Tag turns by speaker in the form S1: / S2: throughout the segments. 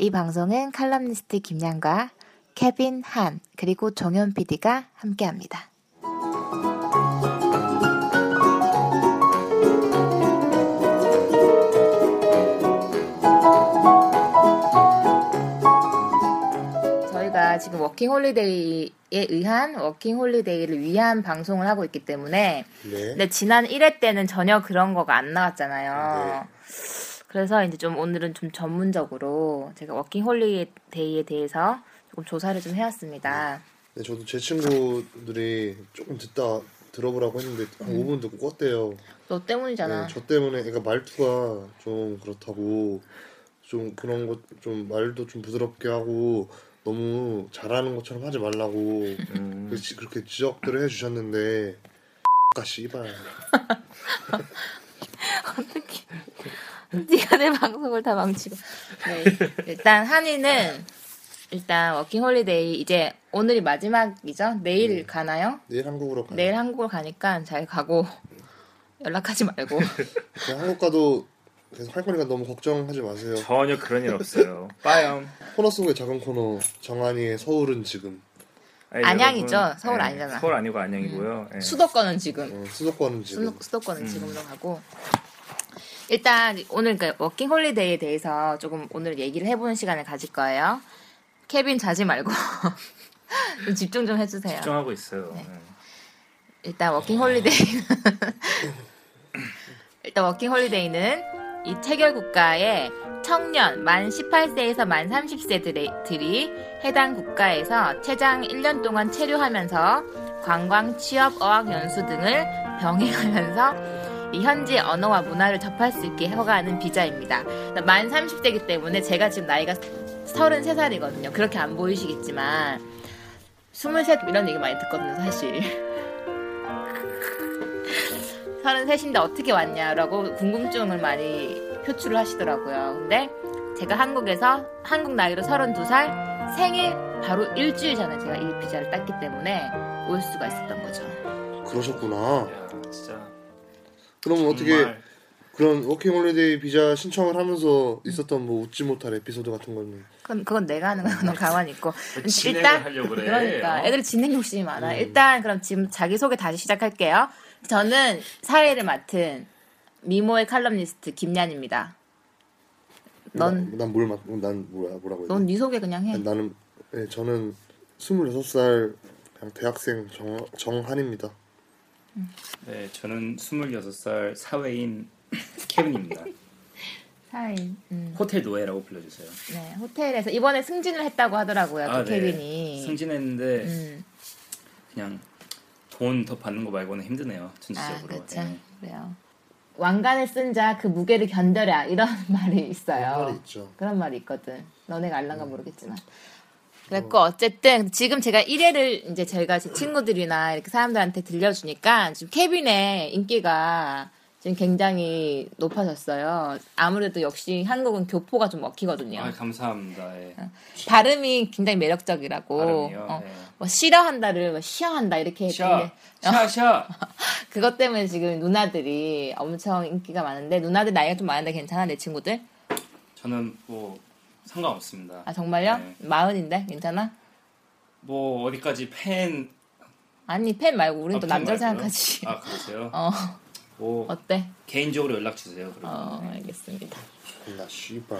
S1: 이 방송은 칼럼니스트 김양과 케빈 한 그리고 정현 PD가 함께합니다. 저희가 지금 워킹홀리데이에 의한 워킹홀리데이를 위한 방송을 하고 있기 때문에
S2: 네.
S1: 근데 지난 1회 때는 전혀 그런 거가 안 나왔잖아요.
S2: 네.
S1: 그래서 이제 좀 오늘은 좀 전문적으로 제가 워킹 홀리데이에 대해서 조금 조사를 좀 해왔습니다.
S2: 네, 저도 제 친구들이 조금 듣다 들어보라고 했는데 한
S1: 음.
S2: 5분 듣고 껐대요.
S1: 너 때문이잖아.
S2: 네, 저 때문에 애가 말투가 좀 그렇다고 좀 그런 것 좀 말도 좀 부드럽게 하고 너무 잘하는 것처럼 하지 말라고
S1: 음.
S2: 그 지- 그렇게 지적들을 해주셨는데 가 씨발
S1: 네가 내 방송을 다 망치고. 네. 일단 한이는 일단 워킹 홀리데이 이제 오늘이 마지막이죠. 내일
S2: 네.
S1: 가나요?
S2: 내일 한국으로 가.
S1: 내일 한국을 가니까 잘 가고 연락하지 말고.
S2: 그냥 한국 가도 계속 할 거니까 너무 걱정하지 마세요.
S3: 전혀 그런 일 없어요. 빠염.
S2: 코너 속의 작은 코너 정한이의 서울은 지금
S3: 아니, 예,
S1: 안양이죠? 서울 아니잖아.
S3: 네,
S1: 음.
S3: 서울 아니고 안양이고요. 예.
S1: 수도권은 지금.
S2: 어, 수도권은 지금
S1: 수도, 수도권은 지금으로 가고 일단 오늘 그 워킹 홀리데이에 대해서 조금 오늘 얘기를 해보는 시간을 가질 거예요. 케빈 자지 말고 좀 집중 좀 해주세요.
S3: 걱정하고 있어요.
S1: 네. 일단 워킹 홀리데이는 일단 워킹 홀리데이는 이 체결 국가의 청년 만 18세에서 만 30세들이 해당 국가에서 최장 1년 동안 체류하면서 관광, 취업, 어학 연수 등을 병행하면서 이 현지 언어와 문화를 접할 수 있게 허가하는 비자입니다. 그러니까 만 30세이기 때문에 제가 지금 나이가 33살이거든요. 그렇게 안 보이시겠지만 23 이런 얘기 많이 듣거든요, 사실. 33인데 어떻게 왔냐라고 궁금증을 많이 표출을 하시더라고요. 근데 제가 한국에서 한국 나이로 32살 생일 바로 일주일 전에 제가 이 비자를 땄기 때문에 올 수가 있었던 거죠.
S2: 그러셨구나.
S3: 야, 진짜.
S2: 그럼 어떻게
S3: 정말
S2: 그런 워킹홀리데이 비자 신청을 하면서 있었던 뭐 웃지 못할 에피소드 같은 거는
S1: 그건, 그건 내가 하는 거야. 너 가만히 있고.
S3: 진행을 하려고 그래.
S1: 그러니까
S3: 어? 음.
S1: 애들 진행 욕심이 많아. 일단 그럼 지금 자기소개 다시 시작할게요. 저는 사회를 맡은 미모의 칼럼니스트 김얀입니다.
S2: 네.
S1: 넌,
S2: 난뭘난 뭐야 뭐라고 해야
S1: 넌
S2: 돼?
S1: 네 소개 그냥 해.
S2: 나는 예, 저는 26살 그냥 대학생 정, 정한입니다.
S3: 네, 저는 26살 사회인 케빈입니다.
S1: 사인. 음.
S3: 호텔 노예라고 불러주세요. 아, 네.
S1: 네, 호텔에서 이번에 승진을 했다고 하더라고요. 그 케빈이.
S3: 승진했는데
S1: 음,
S3: 그냥 돈 더 받는 거 말고는 힘드네요.
S1: 아,
S3: 전체적으로.
S1: 그렇죠.
S3: 예.
S1: 그래요. 왕관을 쓴 자 그 무게를 견뎌라 이런 말이 있어요.
S2: 그런 말이 있죠.
S1: 그런 말이 있거든. 너네가 알란가 모르겠지만. 그랬고 어쨌든 지금 제가 1회를 이제 저희가 제 친구들이나 이렇게 사람들한테 들려주니까 지금 케빈의 인기가 지금 굉장히 높아졌어요. 아무래도 역시 한국은 교포가 좀 먹히거든요.
S3: 아, 감사합니다. 예.
S1: 발음이 굉장히 매력적이라고.
S3: 발음이요.
S1: 어.
S3: 예.
S1: 뭐 싫어한다를 뭐 시어한다 이렇게 어.
S3: 샤,
S1: 했는데
S3: 샤, 샤.
S1: 그것 때문에 지금 누나들이 엄청 인기가 많은데 누나들 나이가 좀 많은데 괜찮아 내 친구들?
S3: 저는 뭐 상관없습니다.
S1: 아 정말요?
S3: 네.
S1: 마흔인데 괜찮아?
S3: 뭐 어디까지 팬
S1: 아니 팬 말고 우린 또
S3: 아, 팬
S1: 남자
S3: 말고요?
S1: 생각하지.
S3: 아 그러세요?
S1: 어
S3: 뭐
S1: 어때?
S3: 개인적으로 연락 주세요. 그러면.
S1: 어 알겠습니다.
S2: 나 씨발.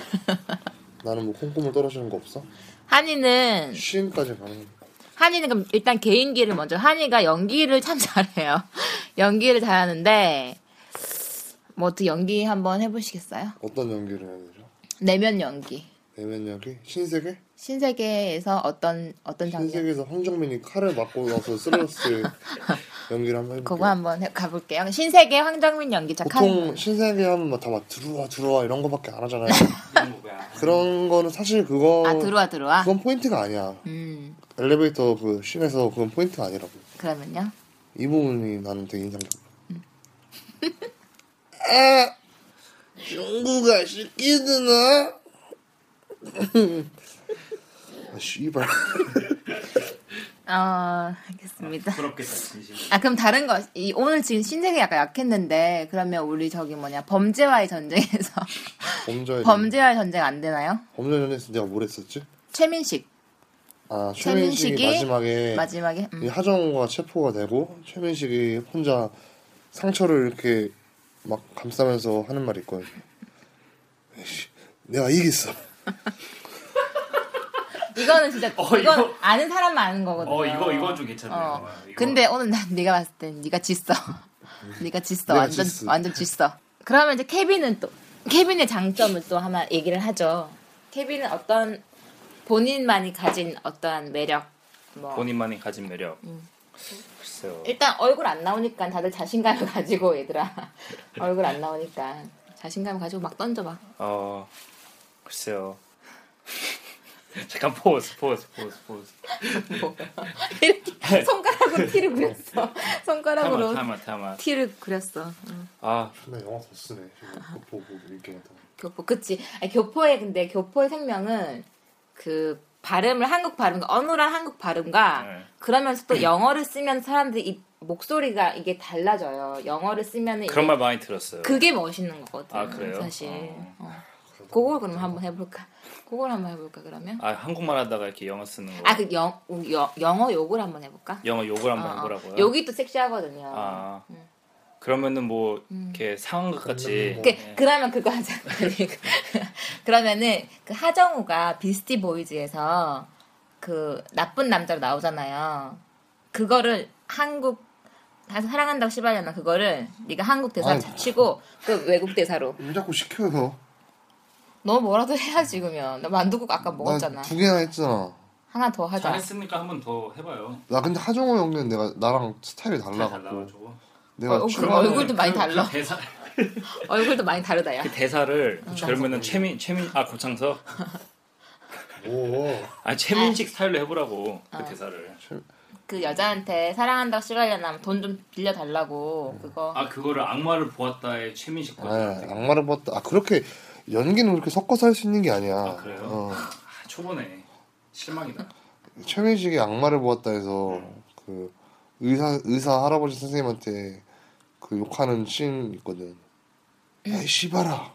S2: 나는 뭐 콩고물 떨어지는 거 없어?
S1: 한이는
S2: 쉰까지 가는. 거.
S1: 한이는 그럼 일단 개인기를 먼저 한이가 연기를 참 잘해요. 연기를 잘하는데 뭐 어떻게 연기 한번 해보시겠어요?
S2: 어떤 연기를 해야 되죠?
S1: 내면 연기.
S2: 내면 연기? 신세계?
S1: 신세계에서 어떤 어떤 장면?
S2: 신세계에서 황정민이 칼을 맞고 나서 쓰러졌을 연기를 한번 해볼게요.
S1: 그거 한번 해- 가볼게요. 신세계 황정민 연기자
S2: 보통
S1: 칸.
S2: 신세계 하면 막다 막 들어와 들어와 이런 거밖에 안 하잖아요.
S3: 이런 거야.
S2: 그런 거는 사실 그거
S1: 아 들어와 들어와.
S2: 그건 포인트가 아니야.
S1: 음
S2: 엘리베이터 그 씬에서 그건 포인트가 아니라고.
S1: 그러면요.
S2: 이 부분이 나는 되게 인상적. 아 중국아 시키드나? 아, 씨발.
S1: 어 알겠습니다.
S3: 부럽겠다 진심.
S1: 아 그럼 다른 거 이, 오늘 지금 신세계 약간 약했는데 그러면 우리 저기 뭐냐 범죄와의 전쟁에서
S2: 범죄.
S1: 범죄와의 전쟁 안 되나요?
S2: 범죄 전에서 내가 뭘 했었지?
S1: 최민식
S2: 아
S1: 최민식이
S2: 최민식이 마지막에
S1: 마지막에
S2: 이
S1: 음.
S2: 하정우가 체포가 되고 최민식이 혼자 상처를 이렇게 막 감싸면서 하는 말이 있거든요. 에이씨, 내가 이겼어.
S1: 이거는 진짜
S3: 어, 이거-
S1: 이건 아는 사람만 아는 거거든요.
S3: 어 이거 이건 좀 괜찮네요.
S1: 어.
S3: 어, 이거.
S1: 근데 오늘 난 네가 봤을 땐 네가 짓어. 네가 짓어.
S2: 내가
S1: 완전
S2: 짓어.
S1: 완전 짓어. 그러면 이제 케빈은 또 케빈의 장점을 또 하나 얘기를 하죠. 케빈은 어떤 본인만이 가진 어떠한 매력 뭐
S3: 본인만이 가진 매력.
S1: 음.
S3: 글쎄요.
S1: 일단 얼굴 안 나오니까 다들 자신감을 가지고 얘들아 얼굴 안 나오니까 자신감 가지고 막 던져봐.
S3: 어 글쎄요. 잠깐 포즈 포즈 포즈 포즈.
S1: 뭐. 이렇게 손가락으로 티를 그렸어. 손가락으로
S3: 타마 타마 타마.
S1: 티를 그렸어. 응.
S3: 아
S2: 나 영화 더 쓰네. 그거 보고 이렇게 하다.
S1: 교포, 그치. 아니, 교포의, 근데 교포의 생명은 그 발음을 한국 발음, 어눌한 한국 발음과
S3: 네.
S1: 그러면서 또 영어를 쓰면 사람들이 이 목소리가 이게 달라져요. 영어를 쓰면
S3: 그런 말 많이 들었어요.
S1: 네, 예. 그게 멋있는 거거든.
S3: 아, 그래요?
S1: 사실.
S3: 어.
S1: 어. 그걸 그럼 한번 해볼까? 그걸 한번 해볼까, 그러면?
S3: 아 한국말 하다가 이렇게 영어 쓰는 거.
S1: 아, 그 영, 여- 영어 욕을 한번 해볼까?
S3: 영어 욕을
S1: 어,
S3: 한번
S1: 어.
S3: 해보라고요.
S1: 욕이 또 섹시하거든요.
S3: 아
S1: 네.
S3: 그러면은 뭐
S1: 음.
S3: 이렇게 상황극 같이. 네.
S1: 그,
S2: 네.
S1: 그러면 그거 하자. 그러면은 그 하정우가 비스티 보이즈에서 그 나쁜 남자로 나오잖아요. 그거를 한국 다 사랑한다고 씨발려나 그거를 네가 한국 대사
S2: 아이고.
S1: 자치고 그 외국 대사로
S2: 왜 자꾸 시켜요?
S1: 너 뭐라도 해야지 그러면 나 만두국 아까 먹었잖아
S2: 나두 개나 했잖아.
S1: 하나 더 하자
S3: 잘했으니까 한 번 더 해봐요.
S2: 나 근데 하정우 형은 내가 나랑 스타일이 달라갖고
S3: 달라가지고.
S2: 내가
S1: 어, 그럼
S2: 출연하는
S1: 얼굴도 많이 달라.
S3: 그 대사
S1: 얼굴도 많이 다르다 야
S3: 그 대사를
S1: 음.
S3: 그러면은 최민 최민 아 고창석
S2: 오.
S3: 아
S1: 네.
S3: 최민식 스타일로 해보라고
S1: 아.
S3: 그 대사를.
S1: 그 여자한테 사랑한다고 씨발려나 돈 좀 빌려달라고 그거
S3: 아 그거를 악마를 보았다의 최민식
S2: 네,
S3: 거죠.
S2: 악마를 봤다. 아 그렇게 연기는 그렇게 섞어서 할 수 있는 게 아니야.
S3: 아, 그래요?
S2: 어.
S3: 아, 초보네. 실망이다.
S2: 최민식이 악마를 보았다 해서 그 의사 의사 할아버지 선생님한테 그 욕하는 씬 있거든.
S1: 음.
S2: 야이 씨발아,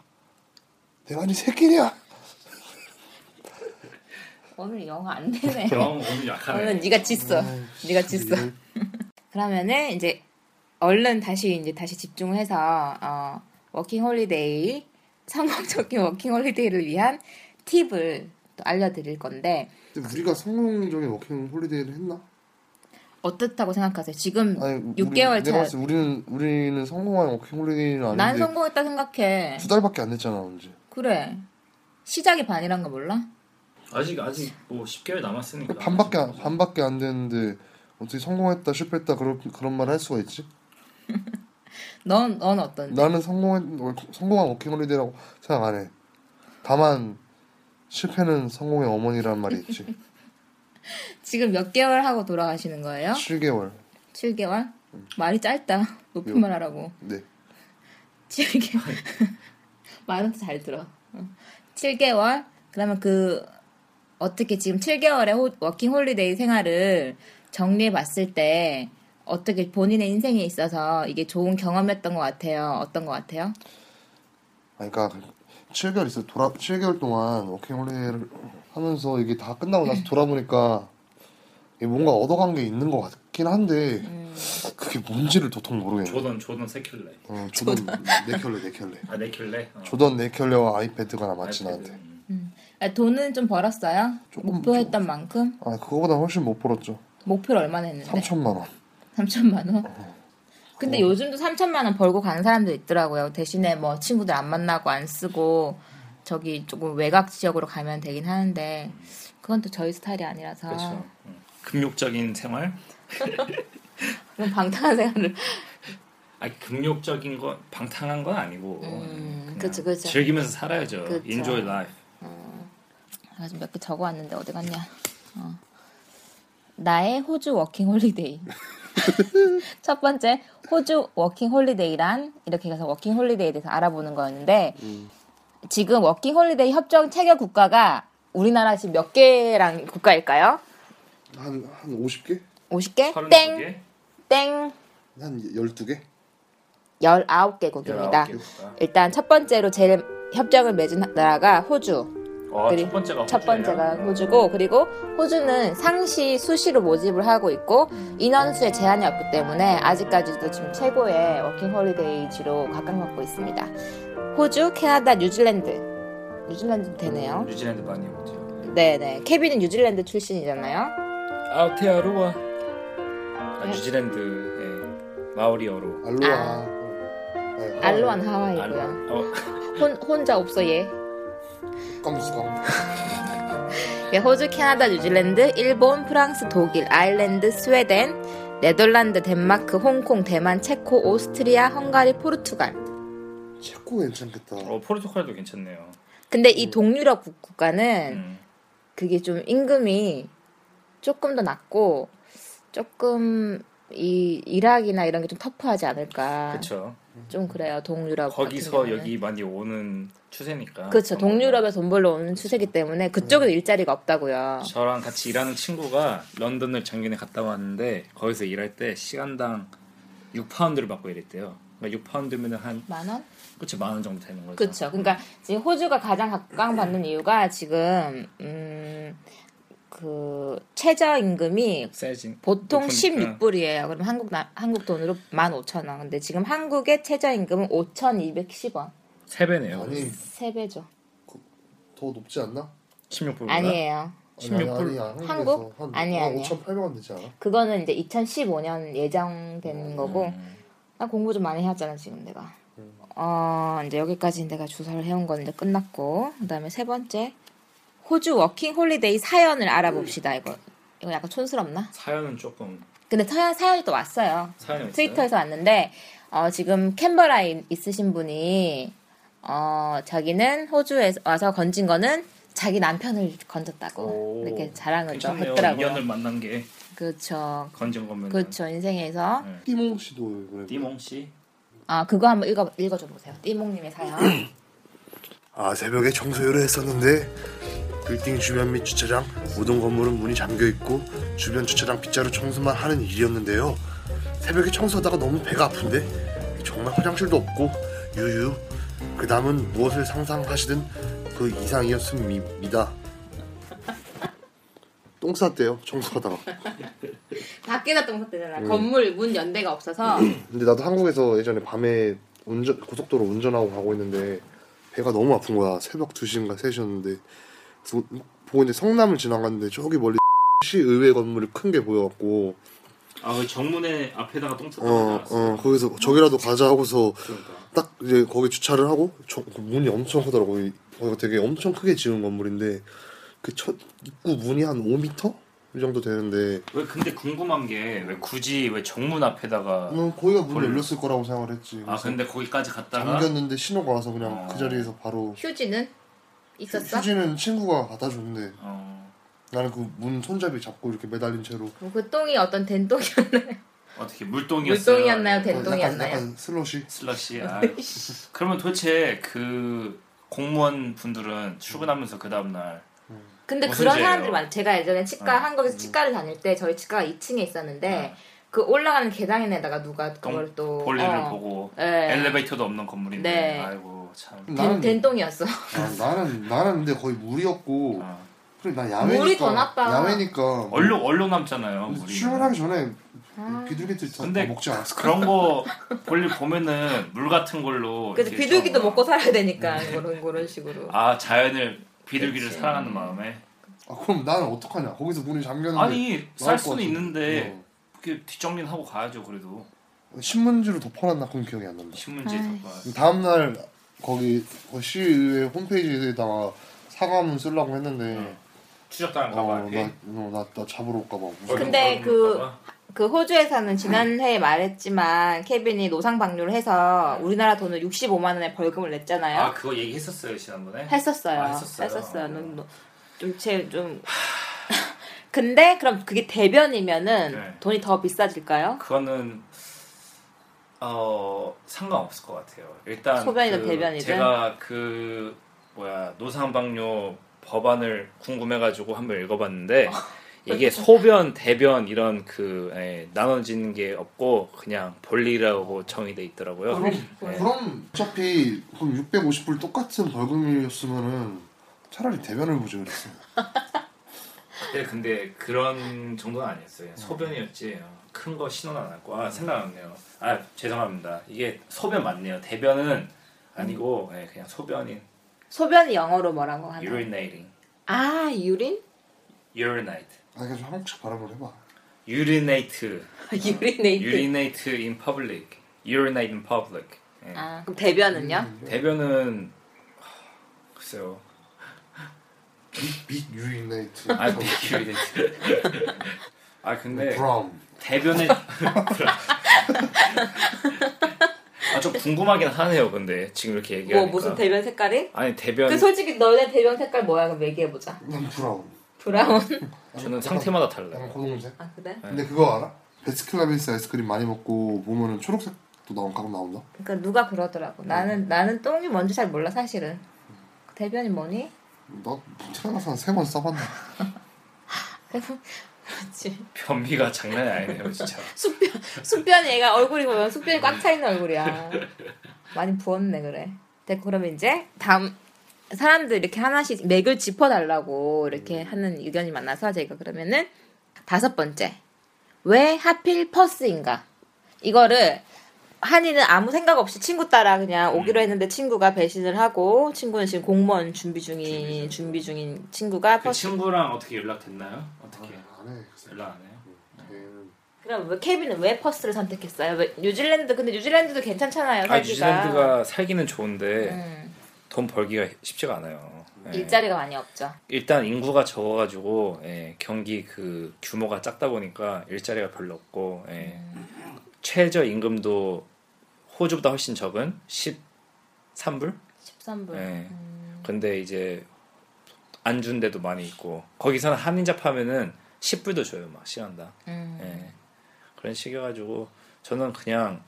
S2: 내가 네 새끼냐?
S1: 오늘 영어 안 되네
S3: 그럼 오늘 약하네.
S1: 오늘 네가 짓어 네가 짓어 그러면은 이제 얼른 다시 이제 다시 집중해서 어, 워킹 홀리데이 성공적인 워킹 홀리데이를 위한 팁을 또 알려드릴 건데
S2: 근데 우리가 성공적인 워킹 홀리데이를 했나?
S1: 어떻다고 생각하세요? 지금
S2: 아니,
S1: 6개월
S2: 우리, 내가 봤을 때 우리는 우리는 성공한 워킹 홀리데이는
S1: 차 난
S2: 아닌데
S1: 성공했다 생각해.
S2: 두 달밖에 안 됐잖아 언제.
S1: 그래 시작이 반이란 거 몰라?
S3: 아직 아직 뭐 10개월 남았으니까.
S2: 반밖에 안- 반밖에 안 됐는데 어떻게 성공했다 실패했다 그런 그런 말 할 수가 있지?
S1: 넌 넌 어떤데?
S2: 나는 성공한 성공한 워킹홀리데이라고 생각 안 해. 다만 실패는 성공의 어머니란 말이 있지.
S1: 지금 몇 개월 하고 돌아가시는 거예요?
S2: 7개월.
S1: 7개월? 말이 짧다. 높은
S2: 요.
S1: 말 하라고.
S2: 네.
S1: 7개월. 말은 또잘 들어. 어. 7개월? 그러면 그, 어떻게 지금 7개월의 호- 워킹 홀리데이 생활을 정리해 봤을 때, 어떻게 본인의 인생에 있어서 이게 좋은 경험이었던 것 같아요? 어떤 것 같아요?
S2: 아니, 그러니까 7개월 있어 돌아 7개월 동안 워킹홀리데이를 하면서 이게 다 끝나고 나서 돌아보니까 이게 뭔가 얻어간 게 있는 것 같긴 한데 그게 뭔지를 도통 모르겠네.
S3: 조던 조던 세 켤레.
S2: 어, 조던 네 켤레 네 켤레.
S3: 아네 켤레. 어.
S2: 조던 네 켤레와 아이패드가 나 맞지
S3: 아이패드.
S2: 나한테.
S3: 음.
S1: 아, 돈은 좀 벌었어요?
S2: 조금
S1: 목표했던 만큼?
S2: 아 그거보다 훨씬 못 벌었죠.
S1: 목표를 얼마나 했는데?
S2: 3천만 원.
S3: 네.
S1: 3천만 원?
S3: 어.
S1: 근데 요즘도 3천만 원 벌고 가는 사람들 있더라고요. 대신에 뭐 친구들 안 만나고 안 쓰고 저기 조금 외곽 지역으로 가면 되긴 하는데 그건 또 저희 스타일이 아니라서
S3: 그렇죠. 음. 금욕적인 생활.
S1: 런 방탕한 생활을
S3: 아 금욕적인 건 방탕한 건 아니고.
S1: 음,
S3: 그냥
S1: 그쵸, 그쵸.
S3: 즐기면서 살아야죠.
S1: 그쵸.
S3: Enjoy life.
S1: 아주 몇 개 적어왔는데 어디 갔냐? 어. 나의 호주 워킹 홀리데이. 첫 번째 호주 워킹 홀리데이란 이렇게 가서 워킹 홀리데이에 대해서 알아보는 거였는데 지금 워킹 홀리데이 협정 체결 국가가 우리나라 지금 몇 개랑 국가일까요?
S2: 한, 한 50개?
S1: 50개?
S3: 32개?
S1: 땡! 땡!
S2: 한 12개?
S1: 19개국입니다.
S3: 19개 아, 국가.
S1: 일단 첫 번째로 제일 협정을 맺은 나라가 호주.
S3: 어,
S1: 그리-
S3: 첫 번째가
S1: 첫 번째가 호주고 그리고 호주는 상시 수시로 모집을 하고 있고 인원수에 제한이 없기 때문에 아직까지도 지금 최고의 워킹 홀리데이지로 각광받고 있습니다. 호주, 캐나다, 뉴질랜드. 뉴질랜드 되네요.
S3: 뉴질랜드 많이 오죠.
S1: 네네. 케빈은 뉴질랜드 출신이잖아요.
S3: 아우테아루아.
S1: 네.
S3: 아, 뉴질랜드의 마오리어로.
S2: 알로아.
S1: 아.
S2: 어. 네,
S1: 알로안
S3: 알로-
S1: 하와이고요.
S3: 어,
S1: 혼, 혼자 없어 얘.
S2: 깜수강.
S1: 예, 호주, 캐나다, 뉴질랜드, 일본, 프랑스, 독일, 아일랜드, 스웨덴, 네덜란드, 덴마크, 홍콩, 대만, 체코, 오스트리아, 헝가리, 포르투갈.
S2: 체코 괜찮겠다.
S3: 어, 포르투갈도 괜찮네요.
S1: 근데 이 동유럽 국- 국가는
S3: 음.
S1: 그게 좀 임금이 조금 더 낮고 조금 이 일하기나 이런 게 좀 터프하지 않을까.
S3: 그렇죠.
S1: 좀 그래요. 동유럽
S3: 거기서 여기 많이 오는 추세니까.
S1: 아,
S3: 어,
S1: 그렇죠. 동유럽에 돈 벌러 오는 추세기 때문에 그쪽은
S3: 음.
S1: 일자리가 없다고요.
S3: 저랑 같이 일하는 친구가 런던을 작년에 갔다 왔는데 거기서 일할 때 시간당 6파운드를 받고 일했대요. 그러니까 6파운드면 한
S1: 만 원?
S3: 그치 만원 정도 되는 거죠.
S1: 그렇죠. 그러니까 지금 호주가 가장 각광받는 이유가 지금 음, 그 최저 임금이
S3: 세진.
S1: 보통
S3: 높으니까.
S1: 16불이에요. 그럼 한국 나- 한국 돈으로 15,000원. 근데 지금 한국의 최저 임금은 5,210원.
S3: 세 배네요.
S2: 아니,
S1: 세 배죠.
S2: 더 높지 않나?
S3: 16불.
S1: 아니에요.
S2: 아니, 아니, 아니야. 한국에서
S1: 한국?
S2: 한,
S1: 아니야,
S2: 한
S1: 아니야.
S2: 5,800원 되지 않아?
S1: 그거는 이제 2015년 예정된 거고.
S3: 음,
S1: 나 공부 좀 많이 해왔잖아 지금 내가. 어 이제 여기까지 내가 조사를 해온 건 이제 끝났고 그다음에 세 번째 호주 워킹 홀리데이 사연을 알아봅시다 이거 이거 약간 촌스럽나?
S3: 사연은 조금
S1: 근데 사연 사연이 또 왔어요.
S3: 사연이 있어요?
S1: 트위터에서 왔는데 어, 지금 캔버라에 있으신 분이 어, 자기는 호주에 와서 건진 거는 자기 남편을 건졌다고
S3: 오,
S1: 이렇게 자랑을 좀
S3: 괜찮네요.
S1: 했더라고요.
S3: 인연을 만난 게
S1: 그렇죠.
S3: 건진 거면.
S1: 그렇죠. 인생에서
S3: 네.
S2: 띠몽 씨도 그래.
S3: 디몽 씨.
S1: 아 그거 한번 읽어 읽어줘 보세요. 띠몽님의 사연.
S2: 아 새벽에 청소를 했었는데 빌딩 주변 및 주차장 모든 건물은 문이 잠겨 있고 주변 주차장 빗자루 청소만 하는 일이었는데요. 새벽에 청소하다가 너무 배가 아픈데 정말 화장실도 없고 유유 그 다음은 무엇을 상상하시든 그 이상이었습니다. 똥 쌌대요 청소하다가.
S1: 밖에다 똥쌌대잖아.
S3: 음.
S1: 건물 문 연대가 없어서
S2: 근데 나도 한국에서 예전에 밤에 운전 고속도로 운전하고 가고 있는데 배가 너무 아픈 거야 새벽 2시인가 3시였는데 그래서 음, 보고 이제 성남을 지나갔는데 저기 멀리 시 의회 건물이 큰 게 보여갖고
S3: 아그 정문에 앞에다가 똥 쳤다.
S2: 어 어 거기서 저기라도 가자 하고서
S3: 그러니까.
S2: 딱 이제 거기 주차를 하고 저- 그 문이 엄청 크더라고 이- 거기가 되게 엄청 크게 지은 건물인데 그 첫 입구 문이 한 5m 이 정도 되는데
S3: 왜 근데 궁금한 게 왜 굳이 왜 정문 앞에다가
S2: 음, 거기가 문이
S3: 거의-
S2: 열렸을 거라고 생각을 했지
S3: 아 근데 거기까지 갔다가
S2: 잠겼는데 신호가 와서 그냥
S3: 어.
S2: 그 자리에서 바로
S1: 휴지는 있었어?
S2: 휴지는 친구가 갖다 줬는데
S3: 어
S2: 나는 그 문 손잡이 잡고 이렇게 매달린 채로
S1: 뭐그 똥이 어떤 된 똥이었나요?
S3: 어떻게 물동이었어요? 네.
S1: 물똥이었나요? 된
S2: 약간,
S1: 똥이었나요?
S2: 약간 슬러시
S3: 슬러시. 아. 그러면 도대체 그 공무원 분들은 출근하면서 그 다음 날
S1: 근데
S3: 무슨
S1: 그런
S3: 죄예요?
S1: 사람들이 많아요. 제가 예전에 치과
S3: 어. 음.
S1: 한국에서 치과를 다닐 때 저희 치과가 2층에 있었는데 그 올라가는 계단에다가 누가 그걸 또
S3: 볼일을
S1: 어.
S3: 보고
S1: 네.
S3: 엘리베이터도 없는 건물인데
S1: 네.
S3: 아이고 참.
S1: 된,
S2: 나는
S1: 된
S3: 음.
S1: 똥이었어.
S2: 아, 나는 나는 근데 거의 물이었고
S3: 아.
S2: 그래 나
S1: 물이
S2: 야외니까
S1: 더 나빠.
S2: 야외니까
S3: 얼룩 얼룩 남잖아요.
S2: 근데
S3: 물이.
S2: 출근하기 전에
S1: 아.
S2: 비둘기들 다,
S3: 근데
S2: 다 먹지 않았을까?
S3: 그런 거 볼일 보면은 물 같은 걸로.
S1: 그래서
S3: 이렇게
S1: 비둘기도
S3: 좀- 네.
S1: 먹고 살아야 되니까 그런 그런 식으로.
S3: 아 자연을 비둘기를
S1: 그치.
S3: 사랑하는 마음에
S2: 아 그럼 나는 어떡하냐? 거기서 문이 잠겼는데
S4: 아니
S2: 나올
S4: 쌀
S2: 음. 뭐 것
S4: 수는
S2: 같은데.
S4: 있는데
S2: 어.
S4: 그렇게 뒷정리는 하고 가야죠 그래도
S2: 신문지로 덮어놨나 그건 기억이 안 난다.
S4: 신문지에
S1: 아이.
S4: 덮어
S2: 다음 날 거기 그 시의회 홈페이지에다가 사과문 쓰려고 했는데
S3: 추적당할까봐
S2: 어나나나 뭐. 잡으러 올까봐 무서워.
S1: 근데 그 호주에서는 지난해 에 말했지만 케빈이 노상 방류를 해서 우리나라 돈을 65만 원의 벌금을 냈잖아요.
S3: 네. 아 그거 얘기했었어요 지난번에
S1: 했었어요.
S3: 아, 했었어요.
S1: 했었어요. 눈- 눈- 눈치 좀 근데 그럼 그게 대변이면은
S3: 네.
S1: 돈이 더 비싸질까요?
S3: 그거는 어 상관없을 것 같아요. 일단
S1: 소변이든
S3: 그
S1: 배변이든.
S3: 제가 그 뭐야 노상방뇨 법안을 궁금해가지고 한번 읽어봤는데 이게 소변 대변 이런 그 예, 나눠지는 게 없고 그냥 본리라고 정의돼 있더라고요.
S2: 그럼
S3: 예.
S2: 그럼 어차피 그럼 650불 똑같은 벌금이었으면은 차라리 대변을 보지 그랬어요.
S3: 네, 근데 그런 정도는 아니었어요. 그냥 소변이었지. 큰 거 신호는 안 왔고. 아, 생각났네요. 아, 죄송합니다. 이게 소변 맞네요. 대변은 아니고 예, 그냥 소변인
S1: 소변이 영어로 뭐라고 하나? 요
S3: urinating.
S1: 아 유린?
S3: urinate.
S2: 아 그러니까 좀 한국식 발음을 해봐.
S3: urinate.
S1: 유린에이트.
S3: urinate in public. urinate in public. 예.
S1: 아 그럼 대변은요?
S3: 음, 대변은 하, 글쎄요.
S2: 빅 유인네이트.
S3: 아,
S1: 뭐.
S3: urinate. 아, 근데
S2: 브라운.
S3: 대변에 아좀 궁금하긴 하네요. 근데 지금 이렇게 얘기하니까
S1: 뭐 무슨 대변 색깔이?
S3: 아니 대변
S1: 그 솔직히 너네 대변 색깔 뭐야? 그럼 얘기해보자.
S2: 난 브라운.
S1: 브라운.
S3: 저는 상태마다 달라요.
S2: 약간 고동색.
S1: 아 그래?
S2: 근데 그거 알아? 베스킨라빈스 아이스크림 많이 먹고 보면은 초록색도 나온 가끔 나온다.
S1: 그러니까 누가 그러더라고. 나는 나는 똥이 뭔지 잘 몰라 사실은. 대변이 뭐니?
S2: 나 태어나서 한 세 번 써봤나?
S1: 그렇지.
S3: 변비가 장난이 아니네요, 진짜.
S1: 숙변 숙변 얘가 얼굴이 보면 숙변이 꽉 차 있는 얼굴이야. 많이 부었네 그래. 근데 그럼 이제 다음 사람들 이렇게 하나씩 맥을 짚어달라고 이렇게 하는 의견이 많아서 제가 그러면은 다섯 번째 왜 하필 퍼스인가 이거를 한이는 아무 생각 없이 친구 따라 그냥 오기로 했는데 친구가 배신을 하고 친구는 지금 공무원 준비 중인 준비 중인 친구가
S4: 그
S1: 퍼스
S4: 친구랑 어떻게 연락됐나요? 어떻게
S2: 안 해.
S4: 연락 안 해요?
S2: 그래서
S1: 그럼 왜 케빈은 왜 퍼스를 선택했어요? 왜 뉴질랜드 근데 뉴질랜드도 괜찮잖아요. 살기가.
S3: 아, 뉴질랜드가 살기는 좋은데
S1: 음,
S3: 돈 벌기가 쉽지가 않아요. 예.
S1: 일자리가 많이 없죠.
S3: 일단 인구가 적어가지고 예, 경기 그 규모가 작다 보니까 일자리가 별로 없고 예. 최저 임금도 호주보다 훨씬 적은 13불?
S1: 13불.
S3: 예. 근데 이제 안 준 데도 많이 있고 거기서는 한인 잡하면은 10불도 줘요 막 시간당
S1: 음.
S3: 예. 그런 식이어가지고 저는 그냥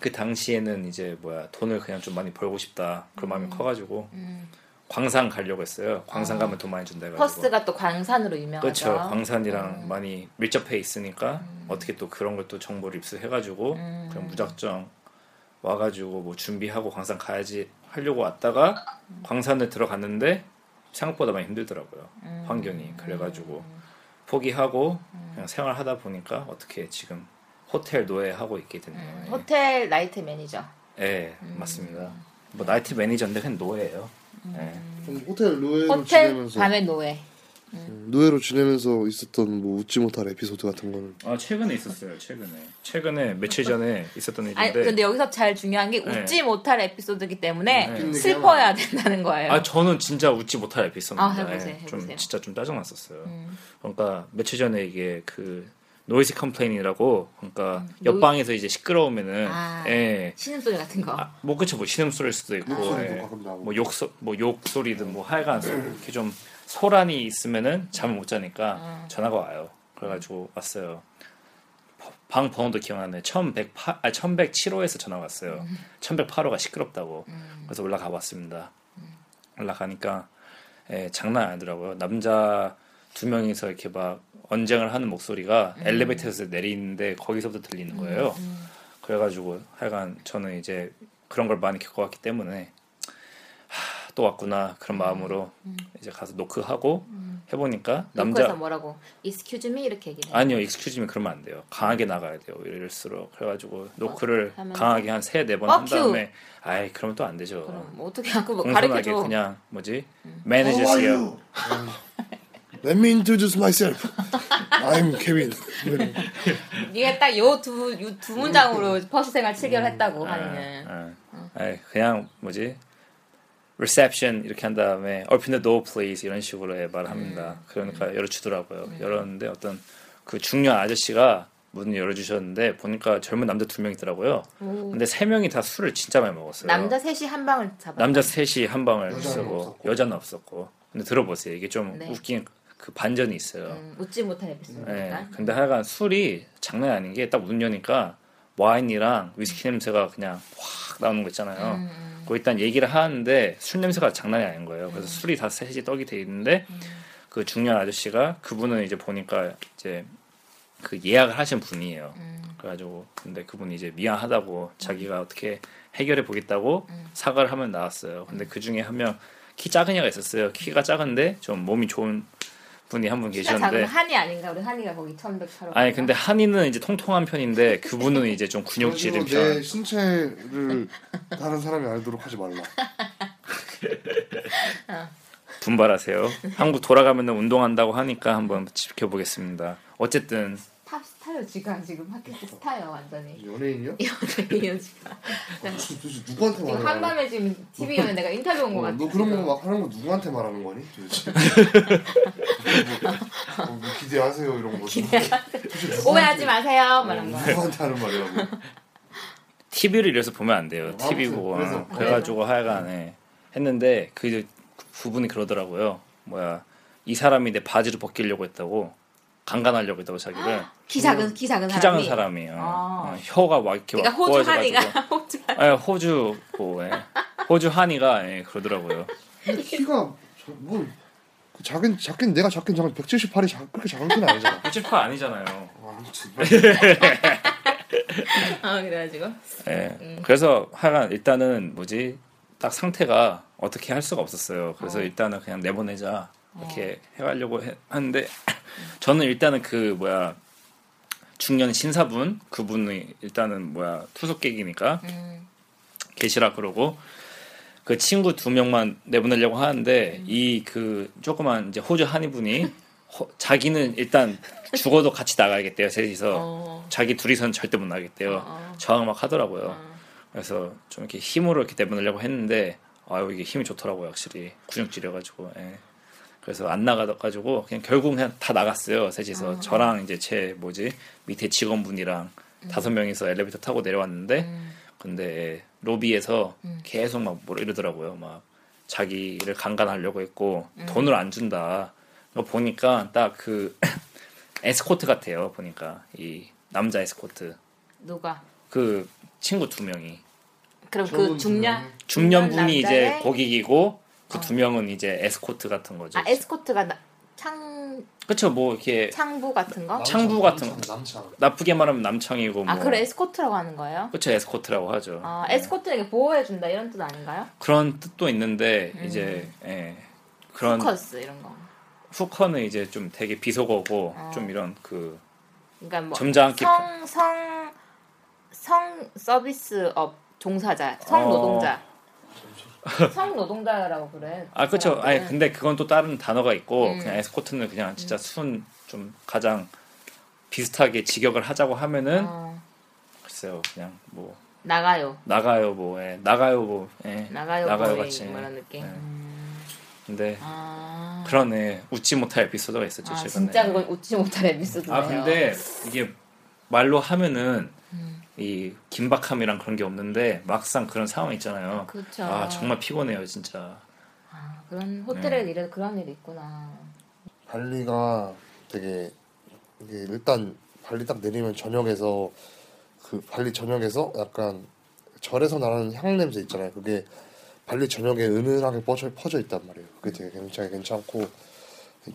S3: 그 당시에는 이제 뭐야 돈을 그냥 좀 많이 벌고 싶다 그런 마음이 커가지고 광산 가려고 했어요 광산 가면 돈 많이 준다 해가지고
S1: 아. 퍼스가 또 광산으로 유명하죠.
S3: 그렇죠
S1: 음.
S3: 광산이랑 많이 밀접해 있으니까 어떻게 또 그런 걸 또 정보를 입수해가지고
S1: 음.
S3: 그냥 무작정 와가지고 뭐 준비하고 광산 가야지 하려고 왔다가
S1: 음.
S3: 광산을 들어갔는데 생각보다 많이 힘들더라고요
S1: 음.
S3: 환경이 그래가지고 포기하고 그냥 생활하다 보니까 어떻게 지금 호텔 노예하고 있게 됐네요 예.
S1: 음, 호텔 음. 나이트 매니저.
S3: 예 맞습니다 뭐 나이트 매니저인데 그냥 노예예요 예.
S2: 좀 호텔 노예로
S1: 호텔
S2: 네, 지내면서
S1: 밤의 노예.
S2: 노예로 지내면서 있었던 뭐 웃지 못할 에피소드 같은 거는
S3: 아 최근에 있었어요 최근에 최근에 며칠 전에 있었던 일인데
S1: 아니 그 근데 여기서 제일 중요한 게
S3: 네.
S1: 웃지 못할 에피소드이기 때문에
S2: 네.
S1: 슬퍼야 된다는 거예요.
S3: 아 저는 진짜 웃지 못할 에피소드인데
S1: 아, 해보세요, 해보세요. 음.
S3: 좀 진짜 좀 짜증났었어요. 그러니까 며칠 전에 이게 그 노이즈 컴플레인이라고 그러니까 옆방에서 이제 시끄러우면은
S1: 음, 아.
S3: 예.
S1: 신음소리 같은 거.
S3: 아, 뭐 그쵸 뭐 신음소리일 수도 있고
S2: 목소리도
S3: 예.
S2: 가끔 나오고.
S3: 뭐 욕소 뭐욕 소리든 뭐 하여간 소- 이렇게 좀 소란이 있으면은 잠을 못 자니까 전화가 와요. 그래가지고 왔어요. 버- 방 번호도 기억나네. 1108, 아, 1107호에서 전화가 왔어요. 1108호가 시끄럽다고. 그래서 올라가 봤습니다. 올라가니까 예, 장난 아니더라고요. 남자 두 명이서 이렇게 막 언쟁을 하는 목소리가
S1: 음.
S3: 엘리베이터에서 내리는데 거기서부터 들리는 거예요. 그래가지고 하여간 저는 이제 그런 걸 많이 겪어왔기 때문에 하, 또 왔구나 그런 마음으로 이제 가서 노크하고 해보니까
S1: 남자. 에서
S3: 남자
S1: 음. 뭐라고? Excuse me 이렇게 얘기해.
S3: 아니요, 익스큐즈미 그러면 안 돼요. 강하게 나가야 돼요. 이럴수록 그래가지고 노크를
S1: 어, 하면서?
S3: 강하게 한 세 네 번 한
S1: Fuck you.
S3: 다음에 아이 그러면 또 안 되죠.
S1: 그럼 뭐 어떻게 하고 뭐
S3: 공손하게
S1: 가르쳐줘. 음.
S3: 그냥 뭐지
S2: How are
S3: 매니저세요.
S2: you? Let me introduce myself. I'm Kevin. 이런.
S1: 네가 딱요두두 두 문장으로 퍼시 생활 7개월 했다고 하는.
S3: 음. 아, 아이, 그냥 뭐지 reception 이렇게 한 다음에 open the door please 이런 식으로 해 말합니다.
S1: 음.
S3: 그러니까 열어주더라고요. 열었는데 어떤 그 중년 아저씨가 문을 열어주셨는데 보니까 젊은 남자 두 명 있더라고요. 근데 세 명이 다 술을 진짜 많이 먹었어요.
S1: 남자 셋이 한 방을 잡아.
S3: 남자 셋이 한 방을
S2: 여자는
S3: 쓰고
S2: 없었고.
S3: 여자는 없었고 근데 들어보세요. 이게 좀
S1: 네.
S3: 웃긴 그 반전이 있어요.
S1: 음, 웃지 못한 에피소드니까. 그러니까
S3: 예. 근데 하여간 술이 장난 아닌 게 딱 문 여니까 와인이랑 위스키 냄새가 그냥 확 나오는 거 있잖아요.
S1: 음,
S3: 그거 일단 얘기를 하는데 술 냄새가 장난이 아닌 거예요.
S1: 음.
S3: 그래서 술이 다 셋이 떡이 돼 있는데 그 중년 아저씨가 그분은 이제 보니까 이제 그 예약을 하신 분이에요.
S1: 음.
S3: 그래가지고 근데 그분이 이제 미안하다고 자기가 어떻게 해결해 보겠다고
S1: 음.
S3: 사과를 하면 나왔어요. 근데 그 중에 한 명 키 작은 애가 있었어요. 키가 작은데 좀 몸이 좋은 분이 한 분
S1: 음. 키가 작은
S3: 계셨는데
S1: 한이 아닌가? 우리 한이가 거기 1108호.
S3: 아니 근데 한이는 이제 통통한 편인데 그분은 이제 좀 근육질인
S2: 그래가지고 어, 네. 내
S3: 편.
S2: 신체를 다른 사람이 알도록 하지 말라.
S3: 분발하세요. 한국 돌아가면 운동한다고 하니까 한번 지켜보겠습니다. 어쨌든
S1: 탑스타요 지금 지금 핫캐스 스타요 완전히.
S2: 연예인이요?
S1: 연예인이요 지금.
S2: 도대체 누구한테
S1: 지금
S2: 말하는 거야?
S1: 한밤에 지금 TV 연예 내가 인터뷰 온 거
S2: 어,
S1: 같아.
S2: 너 그런 거 막 하는 거 누구한테 말하는 거니? 도대체. 어, 뭐 기대하세요 이런 거. 뭐
S1: 오해하지
S2: 어.
S1: 마세요. 말한 거.
S2: 누구한테 하는 뭐. 말이라고.
S3: TV를 이래서 보면 안 돼요.
S2: 아무튼
S3: TV 보고
S2: 그래서. 네.
S3: 그래가지고 하여간에 했는데 그 이제 부분이 그러더라고요. 뭐야 이 사람이 내 바지를 벗기려고 했다고 강간하려고 했다고 자기를
S1: 키 작은 키 작은
S3: 키 작은
S1: 아, 그 사람이.
S3: 사람이에요.
S1: 아.
S3: 어, 혀가 막 이렇게
S1: 그러니까
S3: 막
S1: 호주
S3: 꼬아져가지고.
S1: 한이가 호주 한.
S3: 예, 호주 뭐, 예. 호주 한이가 예, 그러더라고요.
S2: 근데 키가 저- 뭐. 그 작은 작긴 내가 작긴 작은 178이 작, 그렇게 작은 건 아니잖아.
S3: 호주파 아니잖아요.
S2: 아, 진짜.
S1: 아 그래가지고.
S3: 예. 그래서 하여간 일단은 뭐지 딱 상태가 어떻게 할 수가 없었어요. 그래서 일단은 그냥 내보내자 이렇게 해가려고 해- 하는데 저는 일단은 그 뭐야 중년 신사분 그분이 일단은 뭐야 투숙객이니까 계시라 그러고 그 친구 두 명만 내보내려고 하는데
S1: 음.
S3: 이 그 조그만 이제 호주 한이분이 호- 자기는 일단 죽어도 같이 나가야겠대요 셋이서
S1: 어.
S3: 자기 둘이선 절대 못 나겠대요.
S1: 어.
S3: 저항 막 하더라고요. 그래서 좀 이렇게 힘으로 이렇게 내보내려고 했는데 아유 이게 힘이 좋더라고요 확실히 근육질이어가지고 예. 그래서 안 나가가지고 그냥 결국 그냥 다 나갔어요 셋이서 저랑 이제 제 뭐지 밑에 직원분이랑
S1: 음.
S3: 다섯 명이서 엘리베이터 타고 내려왔는데 근데 로비에서
S1: 음.
S3: 계속 막 뭐라 이러더라고요 막 자기를 강간하려고 했고
S1: 음.
S3: 돈을 안 준다 이거 보니까 딱 그 에스코트 같아요 보니까 이 남자 에스코트
S1: 누가?
S3: 그 친구 두 명이
S1: 그럼 그
S2: 저분
S1: 중년
S3: 중년분이 이제
S1: 남자의- 어.
S3: 고객이고 그 두 명은 이제 에스코트 같은 거죠.
S1: 아 에스코트가 나, 창
S3: 그쵸 뭐 이렇게
S1: 창부 같은 거?
S3: 창부 같은 거.
S2: 남창.
S3: 나쁘게 말하면 남청이고 뭐
S1: 아 그걸 에스코트라고 하는 거예요?
S3: 그쵸 에스코트라고 하죠.
S1: 아 에스코트에게 보호해준다 이런 뜻 아닌가요?
S3: 그런 뜻도 있는데 이제 예, 그런
S1: 음. 포커스 이런 거.
S3: 후커는 이제 좀 되게 비속어고
S1: 어.
S3: 좀 이런 그
S1: 그러니까 뭐
S3: 점잖게
S1: 성 성 성 서비스업 종사자, 성
S3: 어.
S1: 노동자. 성 노동자라고 그래. 어,
S3: 아 그쵸 아니
S1: 사람들은.
S3: 근데 그건 또 다른 단어가 있고
S1: 네. 음.
S3: 그냥 에스코트는 그냥 진짜 순 좀 가장 비슷하게 직역을 하자고 하면은
S1: 어,
S3: 글쎄요 그냥 뭐
S1: 나가요.
S3: 나가요 뭐 예. 나가요 뭐 예.
S1: 나가요.
S3: 나가요
S1: 거의
S3: 같이
S1: 그런 느낌.
S3: 예.
S1: 음.
S3: 근데
S1: 아,
S3: 그러네 웃지 못할 에피소드가 있었죠
S1: 아,
S3: 최근에
S1: 진짜 그건 웃지 못할 에피소드네요.
S3: 아 근데 이게 말로 하면은
S1: 음.
S3: 이 긴박함이랑 그런 게 없는데 막상 그런 상황 있잖아요
S1: 그쵸.
S3: 아 정말 피곤해요 진짜
S1: 아, 그런 호텔에
S3: 네.
S1: 이래 그런 일이 있구나.
S2: 발리가 되게 이게 일단 발리 딱 내리면 저녁에서 그 발리 저녁에서 약간 절에서 나는 향 냄새 있잖아요. 그게 발리 저녁에 은은하게 퍼져, 퍼져 있단 말이에요. 그게 되게 굉장히 괜찮고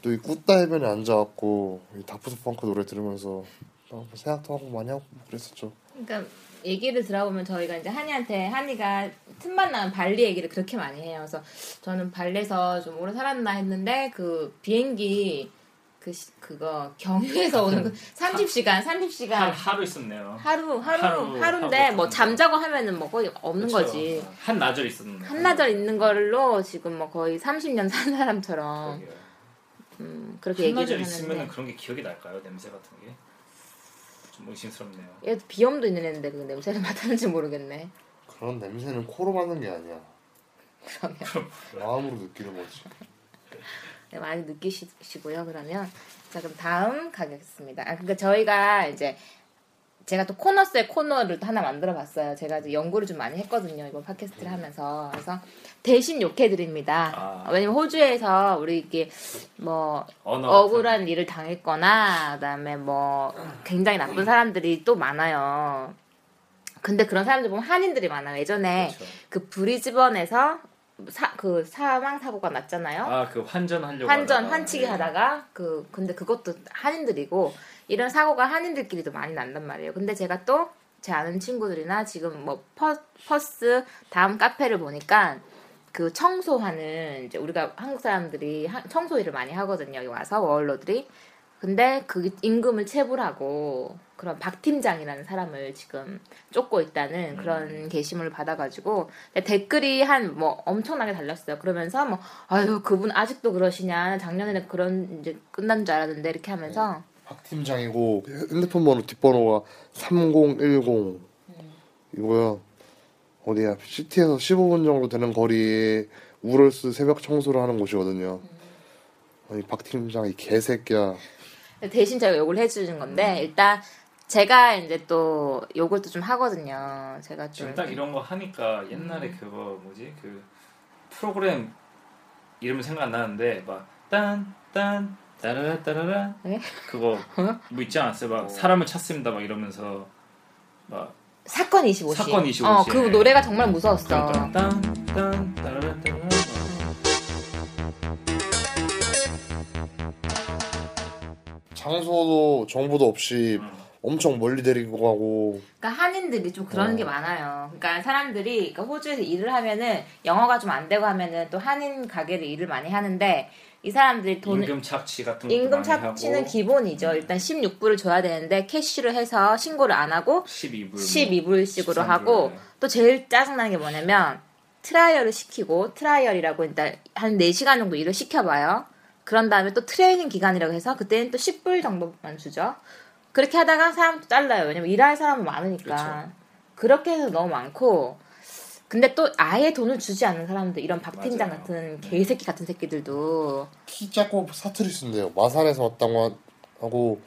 S2: 또 이 꾸따 해변에 앉아갖고 이 다프트 펑크 노래 들으면서 막 생각도 하고 많이 하고 그랬었죠.
S1: 그러니까 얘기를 들어보면 저희가 이제 한이한테 한이가 틈만 나면 발리 얘기를 그렇게 많이 해요. 그래서 저는 발리에서 좀 오래 살았나 했는데 그 비행기 그 시- 그거 경유해서 오는 그 30시간 30시간
S3: 하루 있었네요
S1: 하루 하루
S3: 하루,
S1: 하루인데
S3: 하루
S1: 뭐
S3: 정도.
S1: 잠자고 하면은 뭐 거의 없는 거지.
S3: 한 나절 있었는데
S1: 한나절 있는 걸로 지금 뭐 거의 30년 산 사람처럼 음, 그렇게
S4: 한나절
S1: 얘기를
S4: 있으면
S1: 하는데
S4: 그런 게 기억이 날까요? 냄새 같은 게? 좀 의심스럽네요.
S1: 얘도 비염도 있는 애인데 그 냄새를 맡았는지 모르겠네.
S2: 그런 냄새는 코로 맡는 게 아니야.
S1: 그러면
S2: 마음으로 느끼는 거지.
S1: 네, 많이 느끼시고요. 그러면 자 그럼 다음 가겠습니다. 아 그러니까 저희가 이제 제가 또 코너스의 코너를 또 하나 만들어봤어요. 제가 이제 연구를 좀 많이 했거든요. 이번 팟캐스트를 하면서 그래서 대신 욕해드립니다.
S3: 아.
S1: 왜냐면 호주에서 우리 이게 뭐
S4: 언어 같은-
S1: 억울한 일을 당했거나 그다음에 뭐 굉장히 나쁜 사람들이 또 많아요. 근데 그런 사람들 보면 한인들이 많아요. 예전에
S3: 그렇죠.
S1: 그 브리즈번에서 사, 그 사망 사고가 났잖아요.
S3: 아그 환전하려고
S1: 환전
S3: 하다가,
S1: 환치기
S4: 예.
S3: 네.
S1: 하다가 그 근데 그것도 한인들이고 이런 사고가 한인들끼리도 많이 난단 말이에요. 근데 제가 또 제 아는 친구들이나 지금 뭐 퍼, 퍼스 다음 카페를 보니까 그 청소하는 이제 우리가 한국 사람들이 하- 청소 일을 많이 하거든요. 여기 와서 워홀러들이 근데 그 임금을 체불하고 그런 박 팀장이라는 사람을 지금 쫓고 있다는 그런
S3: 음.
S1: 게시물을 받아가지고 근데 댓글이 한 뭐 엄청나게 달렸어요. 그러면서 뭐 아유 그분 아직도 그러시냐 작년에는 그런 이제 끝난 줄 알았는데 이렇게 하면서
S2: 박 팀장이고 핸드폰 번호 뒷번호가 3010 이거요. 어디야? 시티에서 15분 정도 되는 거리에 우럴스 새벽 청소를 하는 곳이거든요. 아니 박 팀장 이 개새끼야.
S1: 대신 제가 욕을 해주는 건데 일단 제가 이제 또 욕을 또 좀 하거든요. 제가 좀
S4: 지금 딱 이런 거 하니까 옛날에
S1: 음.
S4: 그거 뭐지 그 프로그램 이름 생각 안 나는데 막딴딴 따라라 따라라
S1: 네?
S4: 그거 뭐 있지 않았어요? 막 사람을 찾습니다 막 이러면서 막
S1: 사건 25시
S4: 사건 그러니까. 25시.
S1: 어, 그 노래가 정말 무서웠어.
S4: 딴딴 딴 따라라 따라라
S2: 장소도 정보도 없이 엄청 멀리 데리고 가고
S1: 그러니까 한인들이 좀 그런
S2: 어.
S1: 게 많아요. 그러니까 사람들이 그러니까 호주에서 일을 하면은 영어가 좀 안 되고 하면은 또 한인 가게를 일을 많이 하는데 이 사람들이 돈을
S4: 임금 착취 같은 것도
S1: 임금
S4: 많이
S1: 착취는
S4: 하고
S1: 기본이죠. 일단 16불을 줘야 되는데 캐시로 해서 신고를 안 하고
S4: 12불 뭐 13불.
S1: 12불씩으로
S4: 네.
S1: 하고 또 제일 짜증나는 게 뭐냐면 트라이얼을 시키고 트라이얼이라고 일단 한 4시간 정도 일을 시켜봐요. 그런 다음에 또 트레이닝 기간이라고 해서 그때는 또 10불 정도만 주죠. 그렇게 하다가 사람도 잘라요. 왜냐면 일할 사람은
S4: 그렇죠.
S1: 많으니까. 그렇게 해서 너무 많고 근데 또 아예 돈을 주지 않는 사람들 이런 박팀장
S4: 맞아요. 네.
S1: 같은 개새끼 같은 새끼들도
S2: 키 작고 사투리 쓴대요. 마산에서 왔다고 하- 하고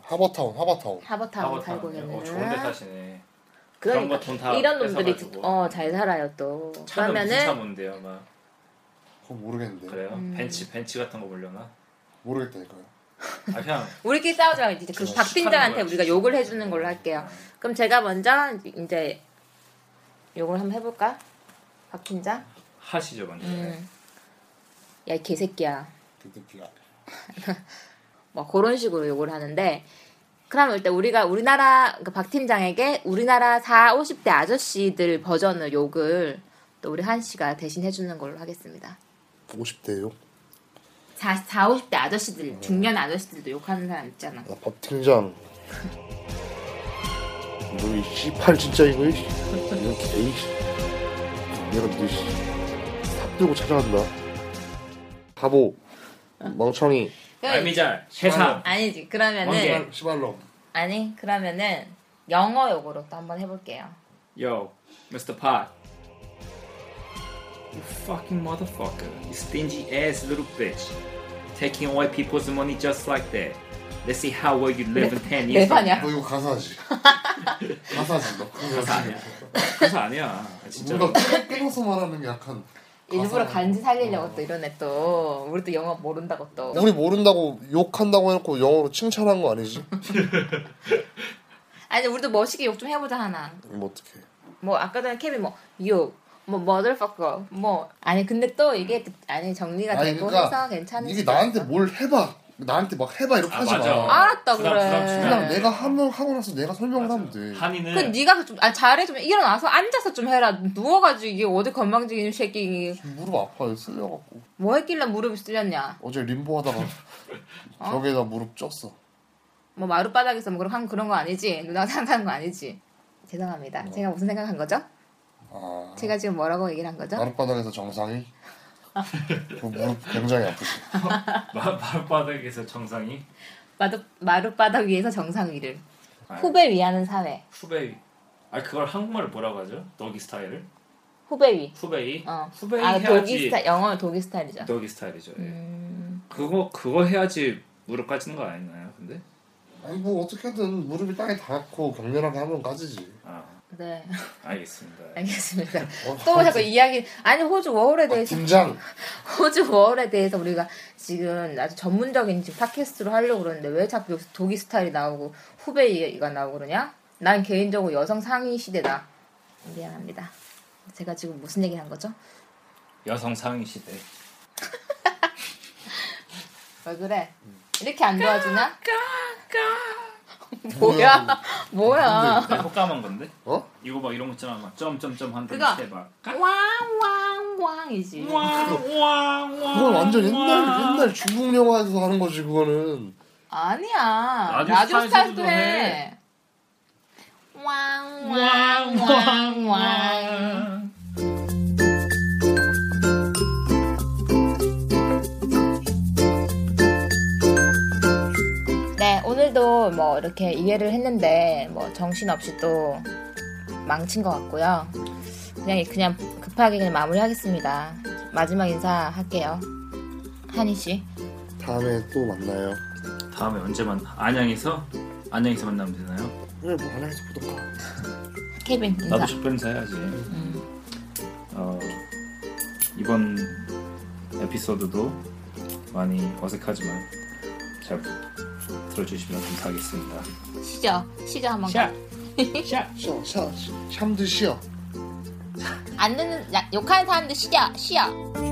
S2: 하버타운 하버타운
S1: 하버타운
S4: 하고
S1: 살고
S4: 다니는.
S1: 계는
S4: 어, 좋은데 사시네. 그런
S1: 그러니까
S4: 거돈다
S1: 이런 놈들이
S4: 뺏어가지고.
S1: 어 잘 살아요 또
S4: 차는 무슨 차
S1: 그러면은
S4: 뭔데요? 막
S2: 그거 모르겠는데
S4: 그래요?
S1: 음.
S4: 벤츠 벤츠 같은 거 몰려나?
S2: 모르겠다니까요.
S4: 아 그냥
S1: 우리끼리 싸우지 말고 이제 그
S4: 하는
S1: 박팀장한테
S4: 어, 거야,
S1: 우리가
S4: 진짜.
S1: 욕을 해주는 걸로 할게요 그럼 제가 먼저 이제 욕을 한번 해볼까 박팀장
S4: 하시죠 먼저.
S1: 음. 야 이 개새끼야
S2: 그때끼가
S1: 뭐 그런 식으로 욕을 하는데 그러면 일단 우리가 우리나라 그박 팀장에게 우리나라 4, 50대 아저씨들 버전의 욕을 또 우리 한 씨가 대신 해주는 걸로 하겠습니다.
S2: 50대요.
S1: 4, 50대 아저씨들 중년 아저씨들도 욕하는 사람 있잖아.
S4: 어.
S2: 나 밥 팀장. 너이 씨팔 진짜 이거 이씨. 이거 개이씨. 내가 너이씨 삽 들고 찾아간다. 바보. 망청이.
S4: 네. 알미잘 세상
S1: 아니지 그러면은
S4: 원개.
S2: 시발- 시발놈.
S1: 아니 그러면은 영어 욕으로 또 한번 해볼게요.
S4: Yo, Mr. Pot. You fucking motherfucker. You stingy ass little bitch. Taking away people's money just like that. Let's see how well you live in 10 years. from
S1: 랩하냐?
S2: 너 이거 가사지. 가사지 너.
S4: 가사 아니야. 가사 아니야. 진짜.
S2: 뭔가 끊- 끊어서 말하는 게 약간.
S1: 일부러
S2: 가사.
S1: 간지
S2: 어.
S1: 살리려고 또 이러네 또 우리 또 영어 모른다고 또.
S2: 우리 모른다고 욕한다고 해놓고 영어로 칭찬한 거 아니지?
S1: 아니 우리도 멋있게 욕 좀 해보자 하나.
S2: 뭐 어떻게?
S1: 뭐 아까 전에 케빈 뭐욕뭐 motherfucker 뭐 아니 근데 또 이게 아니 정리가 되고 해서 괜찮은
S2: 그러니까 이게
S1: 것
S2: 나한테
S1: 같아.
S2: 뭘 해봐. 나한테 막 해봐 이렇게
S4: 아,
S2: 하지
S4: 맞아.
S2: 마.
S1: 알았다
S4: 부담,
S1: 그래.
S4: 부담 주면 안
S2: 그냥
S4: 네.
S2: 내가 하면 하고 나서 내가 설명을 하면 돼.
S1: 그
S4: 한이는
S1: 네가 좀 아, 잘해 좀 일어나서 앉아서 좀 해라 누워가지고 이게 어디 건방지게 이 새끼
S2: 무릎 아파요 쓸려갖고
S1: 뭐 했길래 무릎이 쓸렸냐
S2: 어제 림보 하다가
S4: 아?
S2: 벽에다 무릎 쪘어.
S1: 뭐 마룻바닥에서 뭐 그런 그런 거 아니지 누나가 생각하는 거 아니지
S2: 뭐.
S1: 죄송합니다 제가 무슨 생각한 거죠
S2: 아
S1: 제가 지금 뭐라고 얘기를 한 거죠
S2: 마룻바닥에서 정상이 그 무릎 굉장히 아프지.
S3: 마- 마룻바닥에서 정상이
S1: 마룻, 마룻바닥 위에서 정상 위를
S3: 아,
S1: 후배 위하는 사회
S3: 후배 아 그걸 한국말로 뭐라고 하죠? 너기 스타일을
S1: 후배 위
S3: 후배이
S1: 어.
S3: 후배이
S1: 아 독일
S3: 해야지
S1: 스타 영어는 독일 스타일이죠
S3: 너기 스타일이죠. 예.
S1: 음,
S3: 그거 그거 해야지 무릎 까지는 거 아니나요? 근데
S2: 아니 뭐 어떻게든 무릎이 땅에 닿고 격렬하게 하면 까지지.
S3: 아
S1: 네
S3: 알겠습니다.
S1: 아, 예. 알겠습니다
S2: 어,
S1: 또 자꾸 이야기 아니 호주 워홀에
S2: 아,
S1: 대해서
S2: 팀장
S1: 호주 워홀에 대해서 우리가 지금 아주 전문적인 지금 팟캐스트로 하려고 그러는데 왜 자꾸 여기서 독일 스타일이 나오고 후배 얘기가 나오고 그러냐? 난 개인적으로 여성 상위 시대다. 미안합니다. 제가 지금 무슨 얘기를 한 거죠?
S3: 여성 상위 시대.
S1: 왜 그래? 이렇게 안 도와주나? 뭐야? 뭐야?
S3: 내가 효과만 건데?
S2: 어?
S3: 이거 막 이런 거 있잖아 막 점점점 한다
S1: 그거.
S3: 시대 막
S1: 왕왕왕이지.
S2: 그건
S4: 아,
S3: 그건
S2: 완전 옛날 옛날 중국 영화에서 하는 거지 그거는.
S1: 아니야.
S3: 라디오
S1: 라디오 스타일도
S3: 스타일도
S1: 해.
S3: 해.
S1: 왕왕왕왕. 네, 오늘도 뭐 이렇게 이해를 했는데 뭐 정신없이 또 망친 것 같고요. 그냥 그냥 급하게 그냥 마무리하겠습니다. 마지막 인사할게요. 한희 씨.
S2: 다음에 또 만나요.
S3: 다음에 언제 만나? 안양에서 안양에서 만나면 되나요?
S2: 그래 뭐 하나 해서 보던가.
S1: 케빈 인사.
S3: 나도 족변사 해야지. 어, 이번 에피소드도 많이 어색하지만 잘 들어주시면 감사하겠습니다.
S1: 시죠. 시죠 한번.
S2: 쉬어 쉬어 샴드 쉬어.
S1: 안 듣는 야, 욕하는 사람들 시죠. 시요.